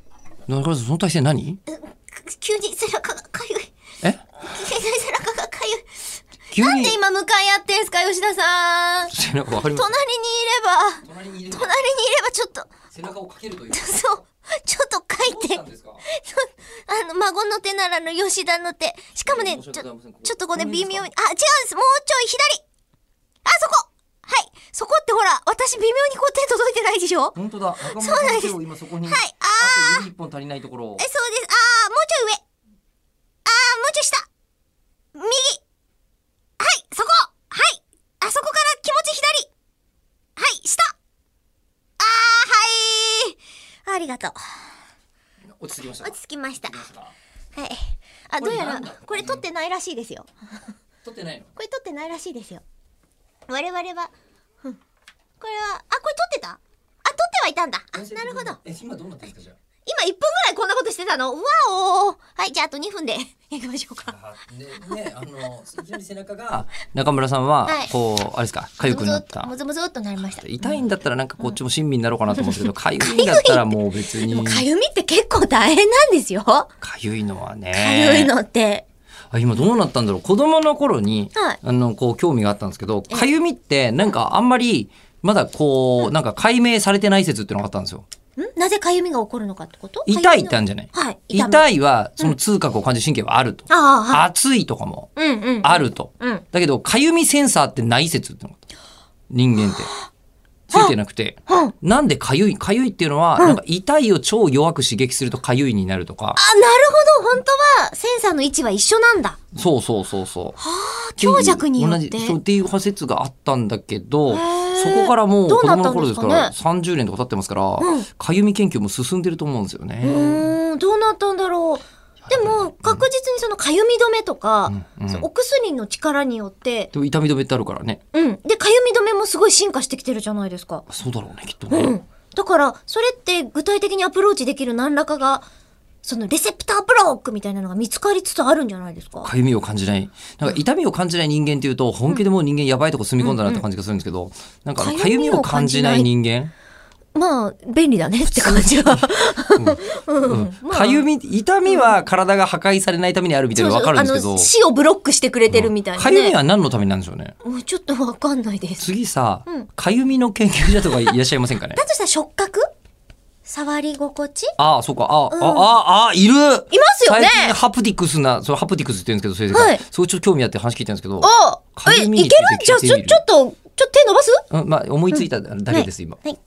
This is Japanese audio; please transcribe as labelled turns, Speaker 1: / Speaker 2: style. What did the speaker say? Speaker 1: 中村さんその体勢何
Speaker 2: 急に背中がかゆい。
Speaker 1: え
Speaker 2: 急に背中がかゆい。
Speaker 1: 急
Speaker 2: なん
Speaker 1: に
Speaker 2: で今向かい合ってんすか、吉田さん。
Speaker 1: 背中わかります
Speaker 2: 隣に
Speaker 3: 隣に
Speaker 2: いれば、
Speaker 3: いる
Speaker 2: 隣にいればちょっと、
Speaker 3: 背中をかけるという。
Speaker 2: そう、ちょっと書い
Speaker 3: どうしてたん。ですか。
Speaker 2: あの、孫の手ならぬ吉田の手。しかもね、
Speaker 3: 申し
Speaker 2: ちょ、
Speaker 3: 訳ご
Speaker 2: ち
Speaker 3: ざい
Speaker 2: ょ
Speaker 3: ませんここ
Speaker 2: っとこうね、
Speaker 3: ここにいい
Speaker 2: 微
Speaker 3: です
Speaker 2: 妙
Speaker 3: か
Speaker 2: に。あ、違うんです。もうちょい左。あ、そこはい。そこってほら、私微妙にこう手届いてないでしょはい。
Speaker 3: 本当だ。中村
Speaker 2: そうな
Speaker 3: さ
Speaker 2: ん
Speaker 3: ん
Speaker 2: です
Speaker 3: の手を今そこに。
Speaker 2: あ
Speaker 3: あと指一本足りないところ。
Speaker 2: え、そうです。あー、もうちょい上。あー、もうちょい下。右。はい、そこはい。あそこから気持ち左。はい、下。あー、はい。ありがとう。
Speaker 3: 落ち着きましたか。
Speaker 2: 落ち着きました。
Speaker 3: 落ち着きましたか
Speaker 2: はい。あ、
Speaker 3: こ
Speaker 2: ど
Speaker 3: れ
Speaker 2: うやら
Speaker 3: なんだ、
Speaker 2: これ撮ってないらしいですよ。
Speaker 3: 取ってないの。
Speaker 2: これ撮ってないらしいですよ。我々は、うん、これは、あ、これ撮ってたあ、撮ってはいたんだ。あ、なるほど。
Speaker 3: え、今どうなってるんですかじ
Speaker 2: 今1分ぐらいこんなことしてたの。うわおーはい、じゃああと2分で行きましょうか。
Speaker 3: ゃあ。あね、ね、あの、いきなり背中が。中村さん
Speaker 2: はい
Speaker 3: は、こう、あれですか、痒くなっ
Speaker 2: も
Speaker 3: た。
Speaker 2: ずもずっとなりました。
Speaker 3: 痛いんだったら、なんかこっちも親身になろうかなと思うんですけど、痒いんだったら、もう別
Speaker 2: で
Speaker 3: に
Speaker 2: も。かゆみって結構大変なんですよ。か
Speaker 3: 痒いのはね。
Speaker 2: ゆいのって。
Speaker 3: あ今どうなったんだろう子供の頃に、
Speaker 2: はい
Speaker 3: あのこう興味があったんですけどかゆみってなんかあんまりまだこうなんか解明されてない説っていうのがあったんですよ
Speaker 2: んなぜかゆみが起こるのかってこと
Speaker 3: 痛いっ
Speaker 2: か
Speaker 3: てある
Speaker 2: ゆみ
Speaker 3: んじゃない
Speaker 2: のはい。
Speaker 3: 痛
Speaker 2: み。
Speaker 3: いはその痛覚を感じる神経はあると、
Speaker 2: ああ、はい。
Speaker 3: 熱いとかも
Speaker 2: うんうん。
Speaker 3: あると、
Speaker 2: うん。
Speaker 3: だけどかゆみセンサーってない説っていうのがあった人間ってついてなくて
Speaker 2: うん。
Speaker 3: なんでかゆいかゆいっていうのは、なんか痛いを超弱く刺激するとかゆいになるとか
Speaker 2: あ、なるほど。本当は、センサーの位置は一緒なんだ。
Speaker 3: そうそうそうそう
Speaker 2: あ強弱によっ
Speaker 3: 同
Speaker 2: て。
Speaker 3: じそうっていう仮説があったんだけど
Speaker 2: へー
Speaker 3: そこからもう
Speaker 2: どう
Speaker 3: 子
Speaker 2: なったん
Speaker 3: 供の頃ですから
Speaker 2: で
Speaker 3: 30年とか経ってますから
Speaker 2: うん
Speaker 3: かゆみ研究も進んでると思うんですよ
Speaker 2: う
Speaker 3: ね。
Speaker 2: ーん、どうなったんだろう。でも、確実にそのかゆみ止めとか、
Speaker 3: うんうん
Speaker 2: そうお薬の力によって、
Speaker 3: でも痛み止めってあるからね
Speaker 2: うん。で、かゆみ止めもすごい進化してきてるじゃないですか。
Speaker 3: そうだろうねきっと
Speaker 2: う
Speaker 3: ね
Speaker 2: ん。だから、それって具体的にアプローチできる何らかが、そのレセプターブロックみたいなのが見つかりつつあるんじゃないですか。
Speaker 3: かゆみを感じないなんか痛みを感じない人間っていうと本気でもう人間やばいとこ住み込んだなって感じがするんですけどなんかあの
Speaker 2: か
Speaker 3: か
Speaker 2: ゆ
Speaker 3: ゆ
Speaker 2: み
Speaker 3: み
Speaker 2: を
Speaker 3: を
Speaker 2: 感
Speaker 3: 感
Speaker 2: じ
Speaker 3: じ
Speaker 2: な
Speaker 3: ないい人間
Speaker 2: まあ、便利だねって感じは。
Speaker 3: うんかゆみ痛みは体が破壊されないためにあるみたいなの分かるんですけ
Speaker 2: そうそうあ
Speaker 3: ど
Speaker 2: の死をブロックしてくれてるみたいな、ね。
Speaker 3: かゆみは何のためになるんでしょうね
Speaker 2: もうちょっとわかんないです。
Speaker 3: 次さ
Speaker 2: うん
Speaker 3: かゆみの研究者とかいらっしゃいません かね
Speaker 2: だとしたら触覚触り心地
Speaker 3: ああ、そうか。ああ、
Speaker 2: うん
Speaker 3: ああ、あいるいます
Speaker 2: よね
Speaker 3: 最近ハプティクスな、そのハプティクスって言うんですけど、先生が。
Speaker 2: はい
Speaker 3: そうちょっと興味あって話聞いたんですけど、
Speaker 2: あ
Speaker 3: か
Speaker 2: え、
Speaker 3: ゆ
Speaker 2: い
Speaker 3: み
Speaker 2: け
Speaker 3: に
Speaker 2: る
Speaker 3: ついて聞いてみる
Speaker 2: じゃあ、ちょ、ちょっと、ちょっと手伸ばす
Speaker 3: うん、まあ思いついただけです、今。
Speaker 2: はい。